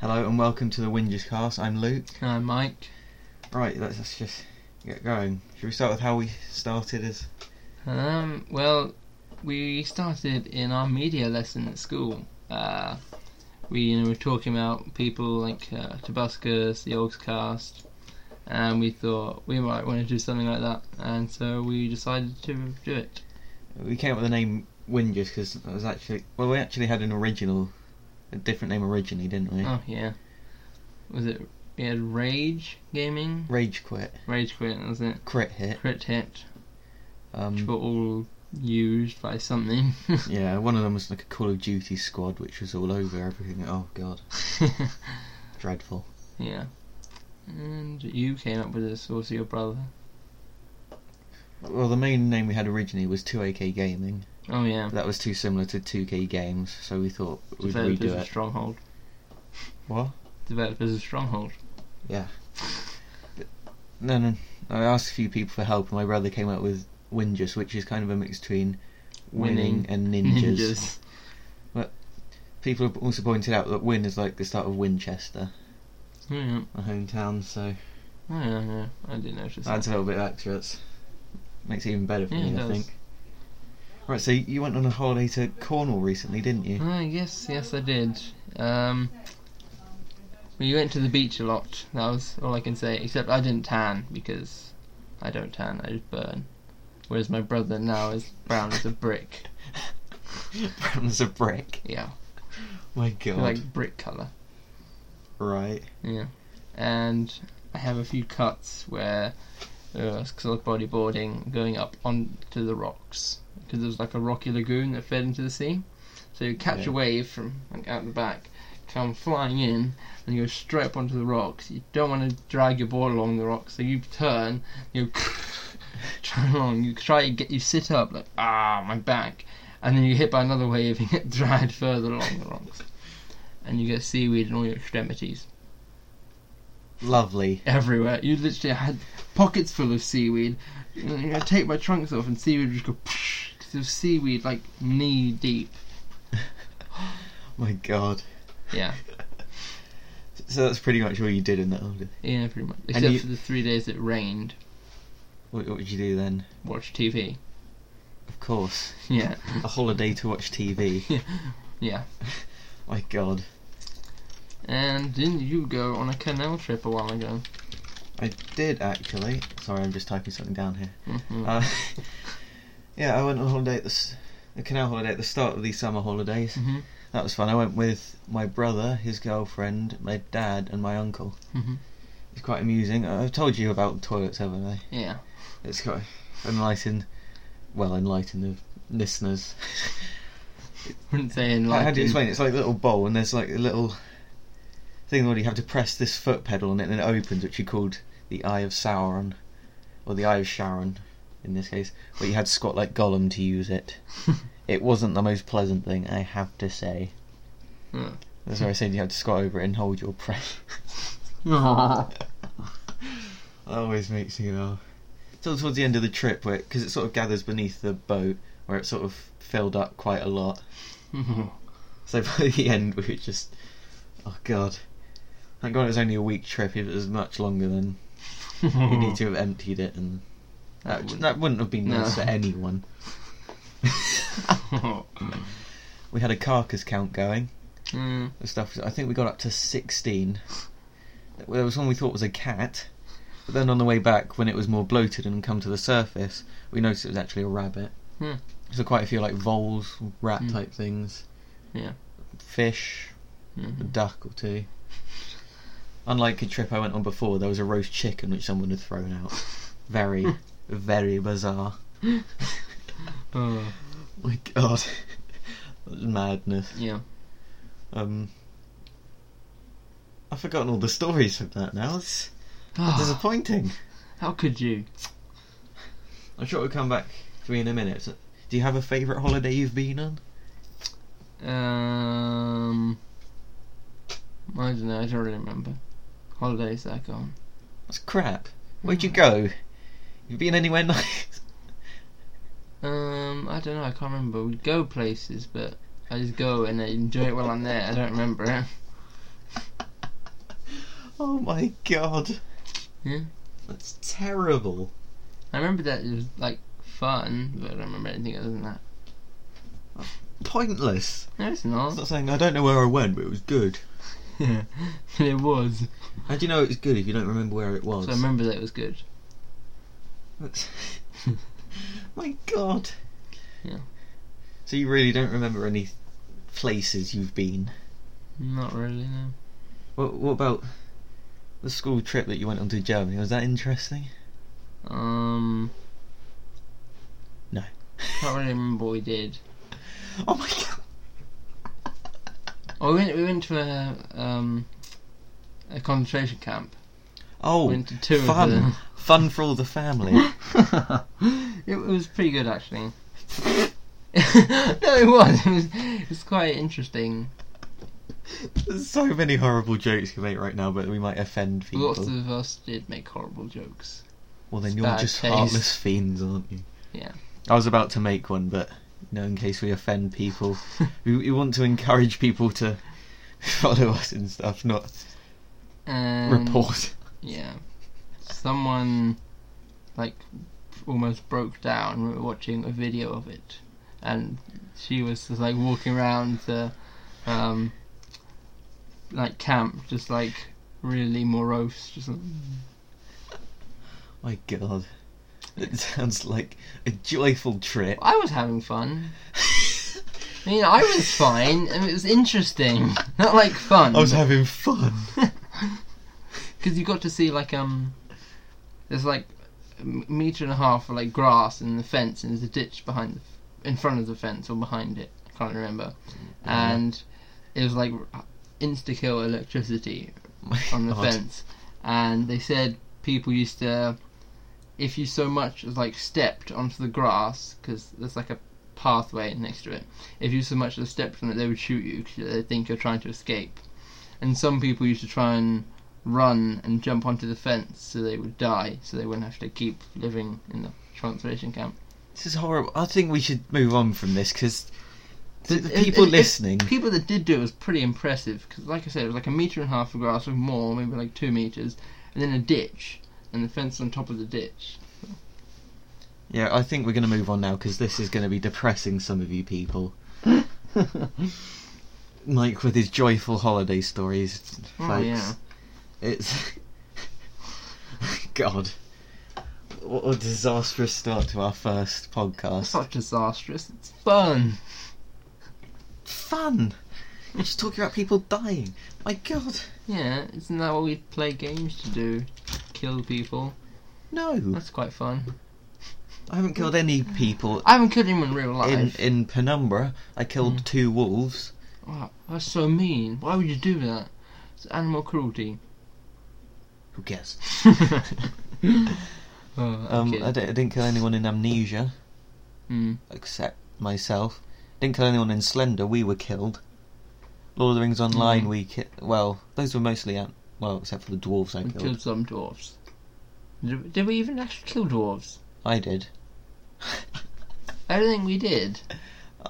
Hello and welcome to the Wingers cast. I'm Luke. Hi, Mike. Right, let's, let's just get going. Should we start with how we started as. Um, well, we started in our media lesson at school. Uh, we you know, were talking about people like uh, Tabascus, the Orgs cast, and we thought we might want to do something like that, and so we decided to do it. We came up with the name Wingers because it was actually. Well, we actually had an original. A different name originally, didn't we? Oh, yeah. Was it. We had Rage Gaming? Rage Quit. Rage Quit, that was it? Crit Hit. Crit Hit, which Um, were all used by something. yeah, one of them was like a Call of Duty squad, which was all over everything. Oh, God. Dreadful. Yeah. And you came up with this, also your brother. Well, the main name we had originally was 2AK Gaming. Oh yeah. That was too similar to 2K Games, so we thought we'd Developers redo of it. Stronghold. What? Developers of Stronghold. Yeah. But, no, no. I asked a few people for help, and my brother came up with Wingus, which is kind of a mix between winning, Winning. and ninjas. People have also pointed out that Win is like the start of Winchester, Oh, yeah. my hometown, so Oh, yeah, yeah. I didn't notice adds a that. little bit extra. It's, makes it even better for Yeah, it me, I does. think. Right, so you went on a holiday to Cornwall recently, didn't you? Ah, yes, yes, I did. Um, we went to the beach a lot. That was all I can say. Except I didn't tan because I don't tan. I just burn. Whereas my brother now is brown as a brick. Brown as a brick. Yeah, My God. like brick color. Right. Yeah, and I have a few cuts where because I was bodyboarding, going up onto the rocks because there was like a rocky lagoon that fed into the sea. So you catch Yeah. a wave from like out the back, come flying in, and you go straight up onto the rocks. You don't want to drag your board along the rocks, so you turn, you try along, you try to get you sit up like ah my back, and then you hit by another wave and get dragged further along the rocks, and you get seaweed in all your extremities Lovely. everywhere. You literally had pockets full of seaweed. I take my trunks off and seaweed would just go. Because of seaweed like knee deep. My God. Yeah, So that's pretty much all you did in that holiday. yeah, pretty much. Except you- for the three days it rained. What, what did you do then? Watch TV. Of course. Yeah, a holiday to watch TV. yeah. My God, And didn't you go on a canal trip a while ago? I did actually. Sorry, I'm just typing something down here. hmm Uh, yeah, I went on holiday at the, s- the canal holiday at the start of these summer holidays. hmm That was fun. I went with my brother, his girlfriend, my dad, and my uncle. hmm It's quite amusing. I- I've told you about toilets, haven't I? Yeah. It's quite enlightened. Well, enlighten the listeners. Wouldn't say in How- like. How do you explain? it? It's like a little bowl, and there's like a little thing where you have to press this foot pedal on it, and it opens, which you called the Eye of Sauron, or the Eye of Sharon, in this case, where you had to squat like Gollum to use it. it wasn't the most pleasant thing, I have to say. Yeah. That's why I said you had to squat over it and hold your breath. That always makes me laugh. Till towards the end of the trip, where because it sort of gathers beneath the boat, where it sort of filled up quite a lot. So by the end, we were just, oh god, thank God it was only a week trip. If it was much longer, then you need to have emptied it, and Hmm. That that, wouldn't- that wouldn't have been nice No. for anyone. We had a carcass count going. Mm, The stuff I think we got up to sixteen. There was one we thought was a cat, but then on the way back, when it was more bloated and come to the surface, we noticed it was actually a rabbit. Hmm. So quite a few like voles, rat Hmm. type things. Yeah. Fish. a mhm. duck or two. Unlike a trip I went on before, there was a roast chicken which someone had thrown out. Very, very bizarre. Uh. Oh, My God, That was madness. yeah. Um, I've forgotten all the stories from that now. It's Ah. disappointing. How could you? I'm sure it'll come back to me in a minute. So- Do you have a favourite holiday you've been on? Um, I don't know. I don't really remember. Holidays that I go on. That's crap. Where'd you go? You been anywhere nice? Um, I don't know. I can't remember. We go places, but I just go and I enjoy it while I'm there. I don't remember it. Oh my god. Yeah. That's terrible. I remember that it was like fun, but I don't remember anything other than that. Pointless. No, It's it's not. not saying I don't know where I went, but it was good. Yeah, it was. How do you know it was good if you don't remember where it was? So I remember that it was good. That's- my god. Yeah. So you really don't remember any places you've been? Not really. No. What, what about the school trip that you went on to Germany? Was that interesting? Um. No. Can't really remember what we did. Oh my god. Oh, we went. We went to a um a concentration camp. Oh, went to two fun. of them. Fun for all the family. it was pretty good actually. no, it was. It was. It was quite interesting. There's so many horrible jokes you make right now, but we might offend people. Lots of us did make horrible jokes. well, then you're bad just taste. heartless fiends, aren't you? Yeah. I was about to make one, but you know, in case we offend people, we, we want to encourage people to follow us and stuff, not And report. Yeah. Someone like almost broke down. We were watching a video of it, and she was just like walking around the um, like camp, just like really morose. Just like, My God, it sounds like a joyful trip. I was having fun. I mean, I was fine, and it was interesting. Not like fun. I was having fun. because you got to see like um there's like a m- meter and a half of like grass and the fence and there's a ditch behind the f- in front of the fence or behind it i can't remember Yeah. and it was like r- insta kill electricity My on the God. fence and they said people used to if you so much as like stepped onto the grass because there's like a pathway next to it if you so much as stepped on it they would shoot you because they think you're trying to escape and some people used to try and run and jump onto the fence so they would die so they wouldn't have to keep living in the concentration camp This is horrible. I think we should move on from this because the, the If- if- people if listening. people that did do it was pretty impressive because like i said it was like a meter and a half of grass or more maybe like two meters and then a ditch and the fence on top of the ditch Yeah, I think we're going to move on now because this is going to be depressing some of you people. Mike with his joyful holiday stories. Folks. Oh, yeah. It's. God. What a disastrous start to our first It's podcast. not disastrous. It's fun. Fun! We're just talking about people dying. My god. Yeah, isn't that what we play games to do? Kill people. No. That's quite fun. I haven't killed any people I haven't killed anyone in real in, life. in Penumbra. I killed Mm. two wolves. Wow, that's so mean. Why would you do that? It's animal cruelty. Who cares? oh, Um, okay. I, di- I didn't kill anyone in Amnesia Mm. except myself. Didn't kill anyone in Slender. We were killed. Lord of the Rings Online. Mhm. We ki- well, those were mostly an- well, except for the dwarves I We killed. killed some dwarves. Did, did we even actually kill dwarves? I did. I don't think we did.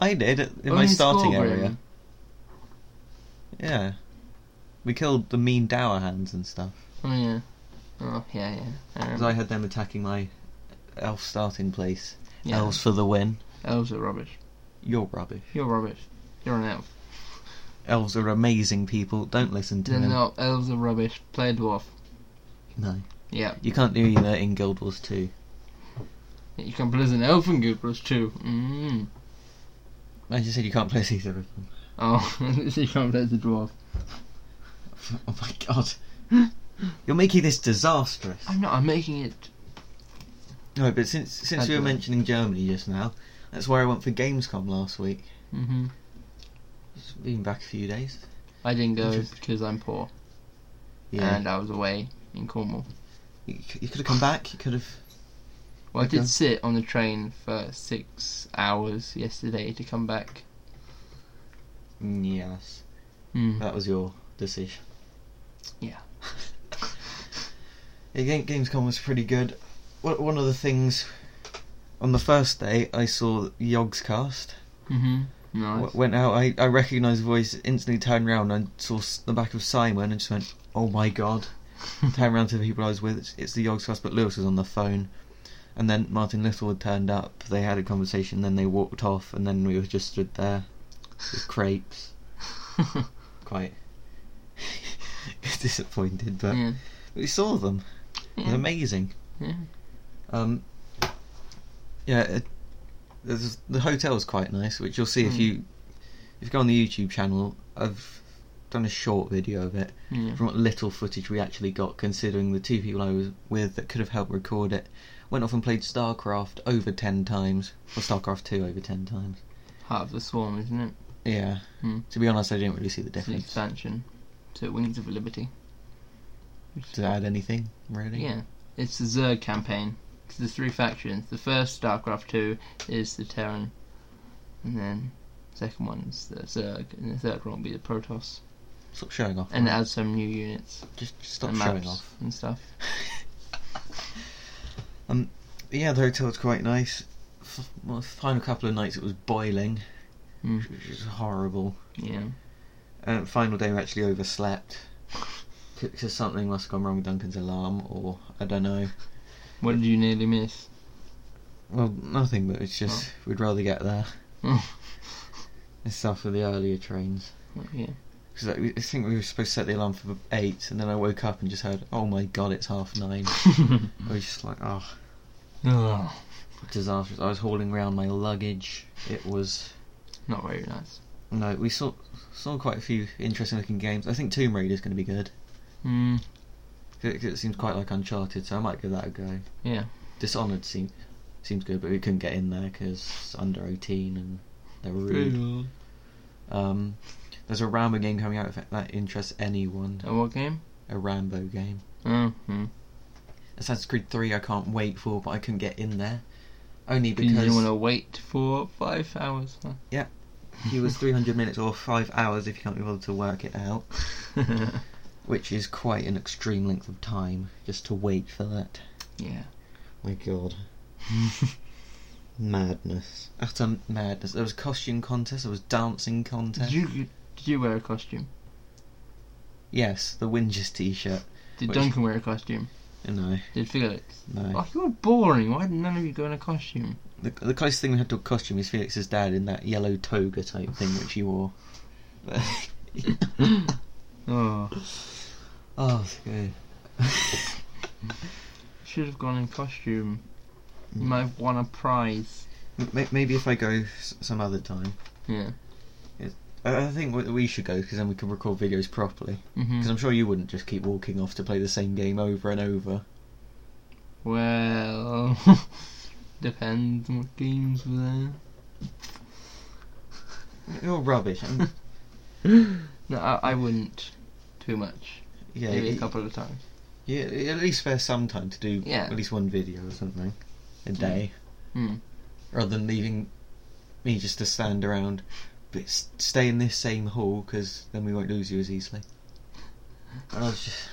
I did in Only my starting Scorbrim. area. Yeah, we killed the mean dower hands and stuff Oh yeah. Oh yeah, yeah. I because remember. I had them attacking my elf starting place. yeah. Elves for the win. Elves are rubbish. You're rubbish. You're rubbish. You're an elf. Elves are amazing people. Don't listen to Then them. no, elves are rubbish. Play a dwarf. No, Yeah, you can't do either in Guild Wars 2. you can play as an elf in Guild Wars 2. Mm. I just said you can't play as either of them. Oh, so you can't play as a dwarf. Oh my god. You're making this disastrous. I'm not, I'm making it. No, but since since I'd we were do it. mentioning Germany just now, that's where I went for Gamescom last week. hmm It's been back a few days. I didn't go Interesting. because I'm poor Yeah. and I was away in Cornwall. you, c- you could have come back. You could have. Well, I Okay. did sit on the train for six hours yesterday to come back. Mm, Yes. Mm. That was your decision. Yeah. Yeah, Ga- Gamescom was pretty good. Wha- One of the things. On the first day, I saw Yogg's cast. hmm W- Nice. went out, I, I recognised the voice, instantly turned around and saw s- the back of Simon and just went, oh my god. Came around to the people I was with. It's, it's the Yogs cast, but Lewis was on the phone. And then Martin Littlewood turned up. They had a conversation. Then they walked off, and then we were just stood there with crepes. Quite disappointed, but yeah. we saw them. It was Yeah. amazing. Yeah. Um, yeah, it, there's, the hotel's quite nice, which you'll see if Mm. you if you go on the YouTube channel. I've done a short video of it Yeah. from what little footage we actually got, considering the two people I was with that could have helped record it went off and played StarCraft over ten times, or StarCraft Two over ten times. Heart of the Swarm, isn't it? Yeah. Mm. To be honest, I didn't really see the It's an difference. expansion to Wings of Liberty. Did I add anything really? Yeah, it's the Zerg campaign. 'Cause there's three factions. The first, StarCraft 2, is the Terran, and then second one is the Zerg, and the third one will be the Protoss. Stop showing off. And it right? adds some new units just just stop and showing maps off. and stuff. Yeah, the hotel was quite nice. F- well, the final couple of nights it was boiling, Mm. which was horrible. Yeah. Um, final day we actually overslept because something must have gone wrong with Duncan's alarm, or I don't know. What did you nearly miss? Well, nothing, but it's just we'd rather get there. Oh, It's stuff with the earlier trains. yeah. Because I think we were supposed to set the alarm for eight, and then I woke up and just heard, "Oh my god, it's half nine. I was just like, "Oh, Oh, disastrous!" I was hauling around my luggage. It was not very nice. No, we saw saw quite a few interesting looking games. I think Tomb Raider's going to be good. Mm, 'Cause It, 'cause it seems quite like Uncharted, so I might give that a go. yeah. Dishonored seem, seems good, but we couldn't get in there because under 18 and they're rude. Um, there's a Rambo game coming out if that interests anyone. And what game? A Rambo game. Oh, mm. Assassin's Creed 3 I can't wait for, but I couldn't get in there. Only Because you because didn't want to wait for five hours. huh? he was 300 minutes or 5 hours if you can't be bothered to work it out, which is quite an extreme length of time just to wait for that. yeah. My god. madness. Utter madness. There was costume contest, there was dancing contest. Did you did you wear a costume? Yes, the Wingers t shirt. Did Which- Duncan wear a costume? No, Did Felix? no. Oh, you're boring. Why did none of you go in a costume? The, the closest thing we had to a costume is Felix's dad in that yellow toga type thing which he wore. Oh, oh, it's good. should have gone in costume. You might have won a prize. M- may- Maybe if I go s- some other time. Yeah. I I think we- we should go because then we can record videos properly. Because hmm I'm sure you wouldn't just keep walking off to play the same game over and over. Well, depends on what games were there. Mm. You're rubbish. I'm- No, I, I wouldn't too much. yeah, Maybe a y- couple of times. Yeah, at least spare some time to do Yeah. at least one video or something a day, Mm. rather than leaving me just to stand around. But s- stay in this same hall because then we won't lose you as easily. I was just,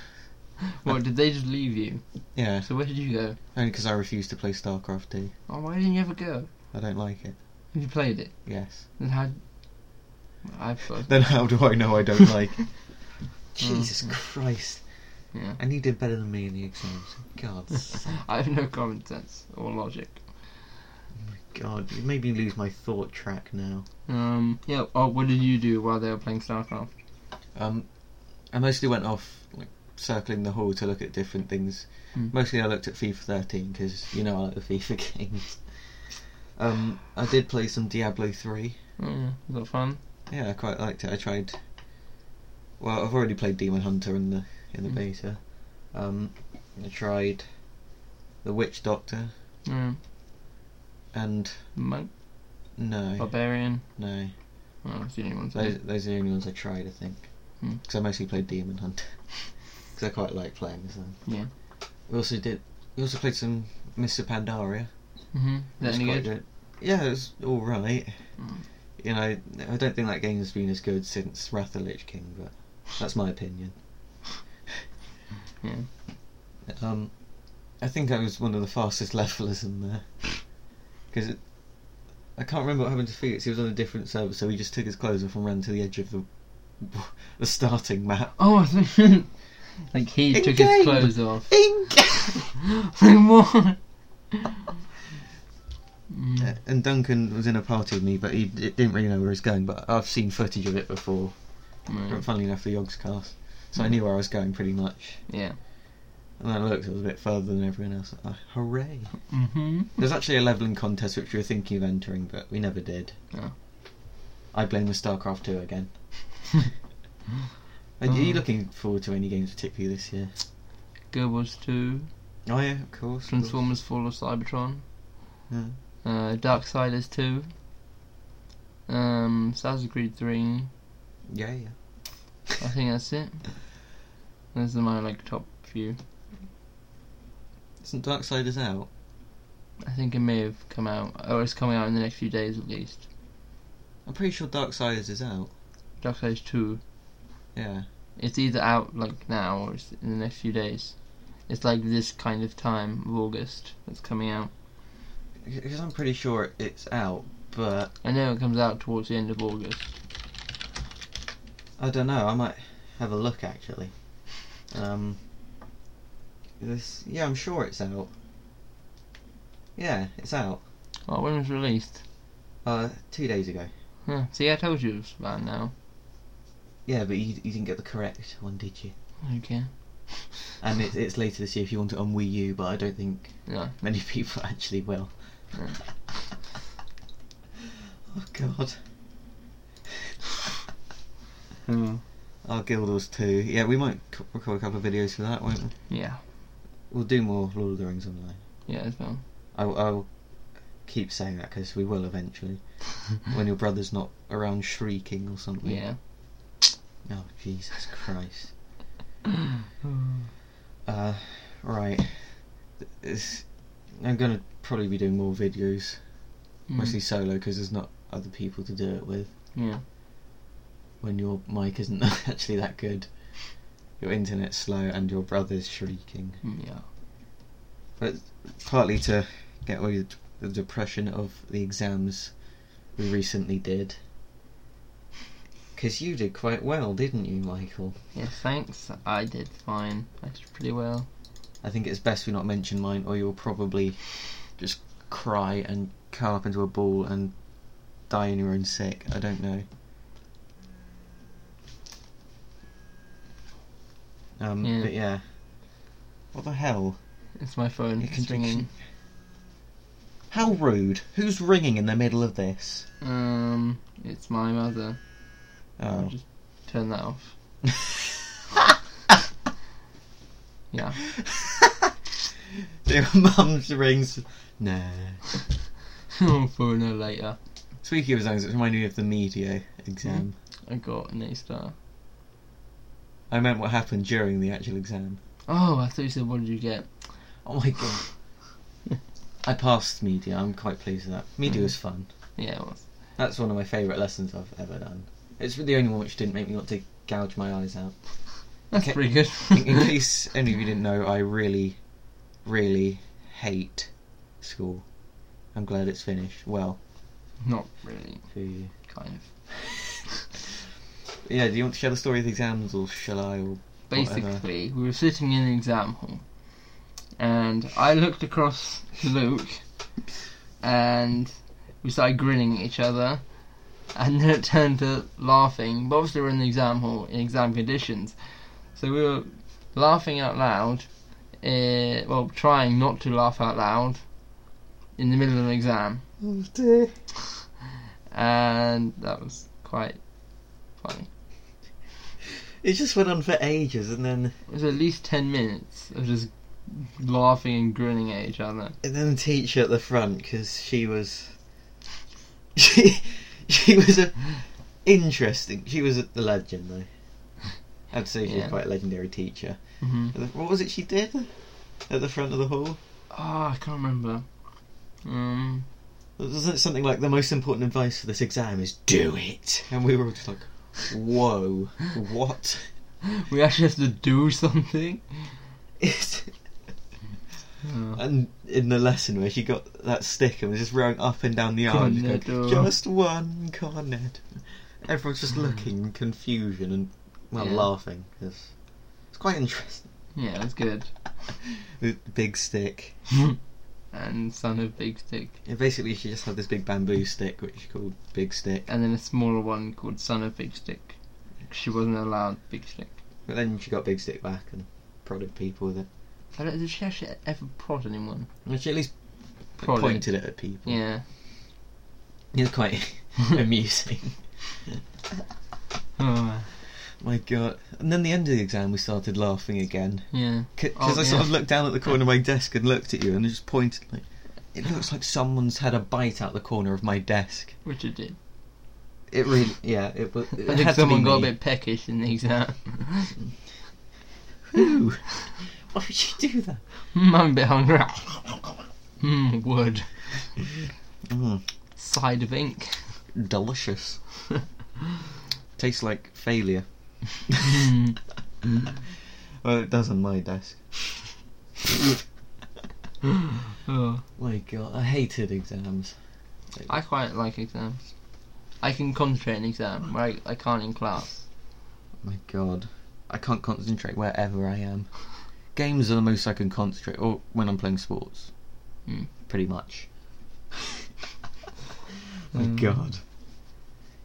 Well, did they just leave you? yeah, So where did you go? only because I refuse to play StarCraft 2. Oh, why didn't you ever go? I don't like it. Have you played it? Yes. Then how? I've got. Then how do I know I don't like it? Jesus Christ! Yeah. And you did better than me in the exams. God, I have no common sense or logic. God, you made me lose my thought track now. Um, yeah. Oh, what did you do while they were playing StarCraft? Um, I mostly went off like circling the hall to look at different things. Mm. Mostly I looked at FIFA 13 because you know I like the FIFA games. Um, I did play some Diablo 3. Oh, yeah. Was that fun? Yeah, I quite liked it. I tried. Well, I've already played Demon Hunter in the in the Mm. beta. Um, I tried the Witch Doctor Yeah. and Monk, no, barbarian. no. Oh, that's the only ones. Those, those are the only ones I tried, I think. Mm. Because I mostly played Demon Hunter. Because I quite like playing as them. Yeah. We also did. We also played some Mr. Pandaria. Mm-hmm. That That's any quite good? Yeah, it was all right. Mm. You know, I don't think that game has been as good since Wrath of the Lich King, but that's my opinion. Yeah. Um, I think I was one of the fastest levelers in there. Because I can't remember what happened to Felix. He was on a different server, so he just took his clothes off and ran to the edge of the the starting map. Oh, I think Like he took Again. his clothes off. Ink! Like what? Mm. Yeah, and Duncan was in a party with me, but he d- didn't really know where he was going. But I've seen footage of it before. Right. Funnily enough, the Yogs cast, so I knew where I was going pretty much. Yeah. And then I looked; it was a bit further than everyone else. Ah, hooray! hmm There's actually a leveling contest which we were thinking of entering, but we never did. Oh. I blame the StarCraft 2 again. Are you Oh. looking forward to any games particularly this year? Goebbels 2, Oh yeah, of course. of course. Transformers Fall of Cybertron, Yeah. uh, Darksiders 2, um, Assassin's Creed 3, Yeah, yeah. I think that's it. Those are my like top few. Isn't Darksiders out? I think it may have come out, or it's coming out in the next few days at least. I'm pretty sure Darksiders is out. Darksiders 2, Yeah. it's either out like now or it's in the next few days. It's like this kind of time of August that's coming out. Because I'm pretty sure it's out, but I know it comes out towards the end of August. I don't know. I might have a look actually. Um. This, yeah, I'm sure it's out. Yeah, it's out. Oh, when it was released? Uh, two days ago. Huh. See, I told you it was about now. Yeah, but you, you didn't get the correct one, did you? Okay. And it, it's later this year if you want it on Wii U, but I don't think No. many people actually will. no. Oh God. Our Guild Wars 2. Yeah, we might c- record a couple of videos for that, won't we? Yeah. We'll do more Lord of the Rings online. Yeah, as well. I, I'll keep saying that because we will eventually. when your brother's not around shrieking or something. Yeah. Oh, Jesus Christ. Uh, right. Th- It's, I'm going to probably be doing more videos, mostly Mm. solo because there's not other people to do it with. Yeah. When your mic isn't actually that good, your internet's slow, and your brother's shrieking. Mm, Yeah. But partly to get away with the depression of the exams we recently did. Because you did quite well, didn't you, Michael? Yeah, thanks. I did fine. I did pretty well. I think it's best we not mention mine, or you'll probably just cry and curl up into a ball and die in your own sick. I don't know. Um, Yeah. But yeah. What the hell? It's my phone. You can It's ringing. How rude! Who's ringing in the middle of this? Um, it's my mother. I'll Oh. just turn that off. Yeah. Your mum's rings. Nah. I'll phone her later. Speaking of exams, it reminded me of the media exam. I got an A star. I meant what happened during the actual exam. Oh, I thought you said, what did you get? Oh my god. I passed media. I'm quite pleased with that. Media was fun. Yeah, it was. That's one of my favourite lessons I've ever done. It's the only one which didn't make me want to gouge my eyes out. That's Okay. pretty good. In, in case any of you didn't know, I really, really hate school. I'm glad it's finished. Well, Not really. for you. Kind of. Yeah, do you want to share the story of the exams, or shall I? Or basically Whatever. we were sitting in the exam hall and i looked across to luke and we started grinning at each other and then it turned to laughing but obviously we we're in the exam hall in exam conditions so we were laughing out loud uh, well trying not to laugh out loud in the middle of an exam oh dear. and that was quite funny It just went on for ages, and then It was at least 10 minutes of just laughing and grinning at each other. and then the teacher at the front because she was she she was a interesting. She was a, the legend, though. I'd say she was Yeah. quite a legendary teacher. Mm-hmm. What was it she did at the front of the hall? Oh, I can't remember. Um, Wasn't it something like the most important advice for this exam is do it? And we were all just like, whoa, what? we actually have to do something. It's- Uh, And in the lesson where she got that stick and was just rowing up and down the aisle, just, going, Cornetto. just one Hmm. cornet. Everyone's just looking in confusion and well Yeah. laughing because it's quite interesting. Yeah, it was good. The big stick. and son of Big Stick. Yeah, basically, she just had this big bamboo stick, which she called Big Stick. And then a smaller one called Son of Big Stick. She wasn't allowed Big Stick. But then she got Big Stick back and prodded people with it. I don't, did she actually ever prod anyone? And she at least Prodded. pointed it at people. Yeah. It was quite amusing. Oh, My god. And then the end of the exam, we started laughing again. yeah. Because Oh, I sort yeah. of looked down at the corner of my desk and looked at you and just pointed, like, it looks like someone's had a bite out the corner of my desk. Which it did. It really, yeah, it was. It I think had to be someone got a me. bit peckish in the exam. Who? Why would you do that? Mm, I'm a bit hungry. Mm, wood. Hmm. Mm, Side of ink. delicious. Tastes like failure. Mm. Well, it does on my desk. Oh, My god, I hated exams. I quite like exams. I can concentrate in exam, where I, I can't in class. My god. I can't concentrate wherever I am. Games are the most I can concentrate, or when I'm playing sports. Mm. Pretty much. My Mm. god.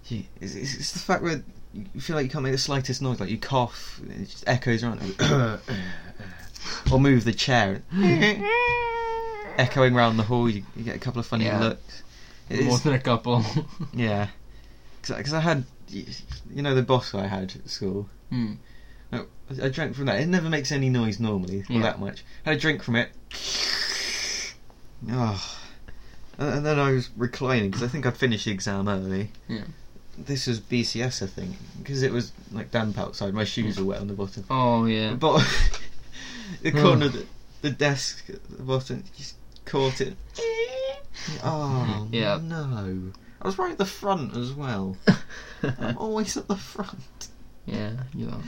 Gee, It's, it's, it's the fact where you feel like you can't make the slightest noise, like you cough, and it just echoes around. or move the chair, echoing round the hall, you, you get a couple of funny Yeah. looks. It More is- than a couple. yeah. Because I had, you know, the boss I had at school. Mm. I, I drank from that. It never makes any noise normally, or Yeah. that much. had a drink from it. Oh. And and then I was reclining because I think I'd finished the exam early. Yeah. This was BCS, I think, because it was like damp outside. My shoes were wet on the bottom. Oh, yeah. The bottom, the corner, of the, the desk at the bottom, just caught it. Oh Mm-hmm. Yeah. no! I was right at the front as well. I'm always at the front. yeah, you are.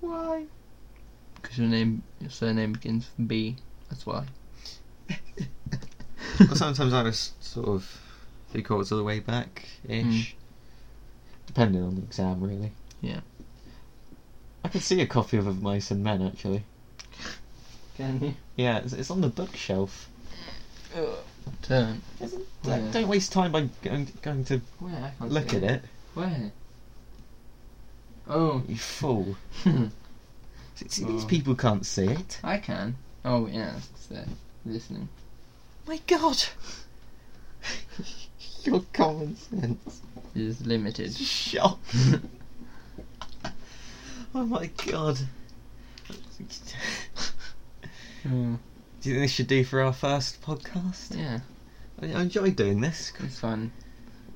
Why? Because your name, your surname begins with B. That's why. well, sometimes I was sort of three quarters of the way back ish. Hmm. Depending on the exam, really. Yeah. I can see a copy of Of Mice and Men, actually. Can you? Yeah, it's, it's on the bookshelf. Turn. Isn't- Yeah. don't- Don't waste time by going, going to Where? I can't look see at it, Where? Oh. you fool. See, see, These Oh. people can't see it. I can. Oh, yeah. It's there. Listening. My god! Your common sense It is limited. is shock. oh my god. Hmm. Mm. Do you think this should do for our first podcast? Yeah, I, I enjoyed doing this. it's fun.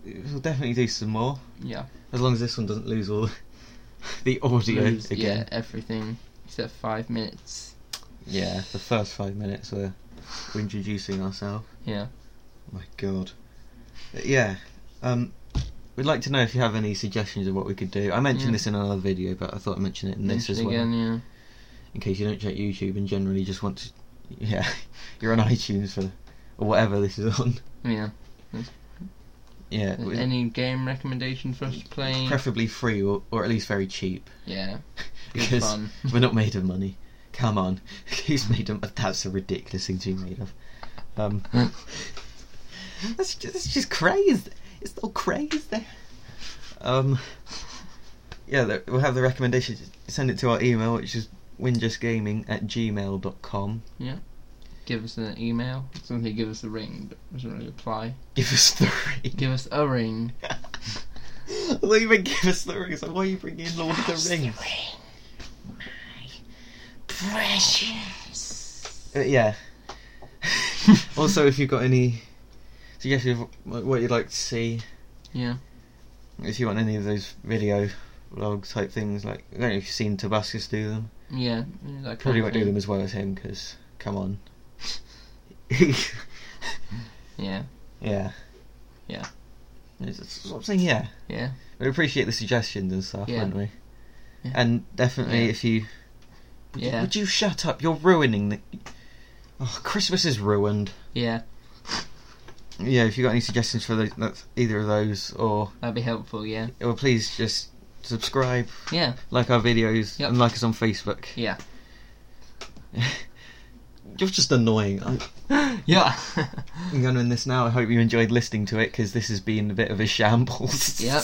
We'll definitely do some more, Yeah. as long as this one doesn't lose all the audio Lose, again. Yeah, everything except five minutes. Yeah. the first five minutes were we're introducing ourselves. Yeah. My God. Uh, Yeah. Um, we'd like to know if you have any suggestions of what we could do. I mentioned Yeah. this in another video, but I thought I'd mention it in this Mention as well, again, yeah. in case you don't check YouTube and generally just want to. Yeah, you're on iTunes for or whatever this is on. Yeah. Yeah, Is we- Any game recommendation for us to play? preferably free or, or at least very cheap. yeah. Good because fun. we're not made of money. Come on, who's made of? That's a ridiculous thing to be made of. Um, that's just, that's just crazy. It's all crazy. Um, yeah, th- we'll have the recommendations. Send it to our email, which is windjustgaming at gmail.com. Give us an email. Somebody give us a ring, but doesn't really apply. Give us the ring. Give us a ring. I thought you meant give us the ring. So why are you bringing in Lord of the Rings? Precious. Uh, yeah. also, if you've got any suggestions of wh- what you'd like to see, Yeah. if you want any of those video vlog type things, like I don't know if you've seen Tabascus do them. Yeah. That Probably kind won't of do thing. them as well as him because come on. Yeah. yeah. Yeah. It's, it's what I'm saying. Yeah, Yeah. we appreciate the suggestions and stuff, Yeah. wouldn't we? Yeah. And definitely, Yeah. if you would, you Yeah. would you shut up? You're ruining the. Oh, Christmas is ruined. Yeah. Yeah, if you got any suggestions for those, that's either of those, or That'd be helpful. Yeah. or please just subscribe, Yeah. like our videos, Yep. and like us on Facebook. Yeah. You're just annoying. I- Yeah. I'm going to end this now. I hope you enjoyed listening to it because this has been a bit of a shambles. Yep.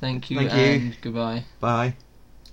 Thank you Thank you. and goodbye. Bye.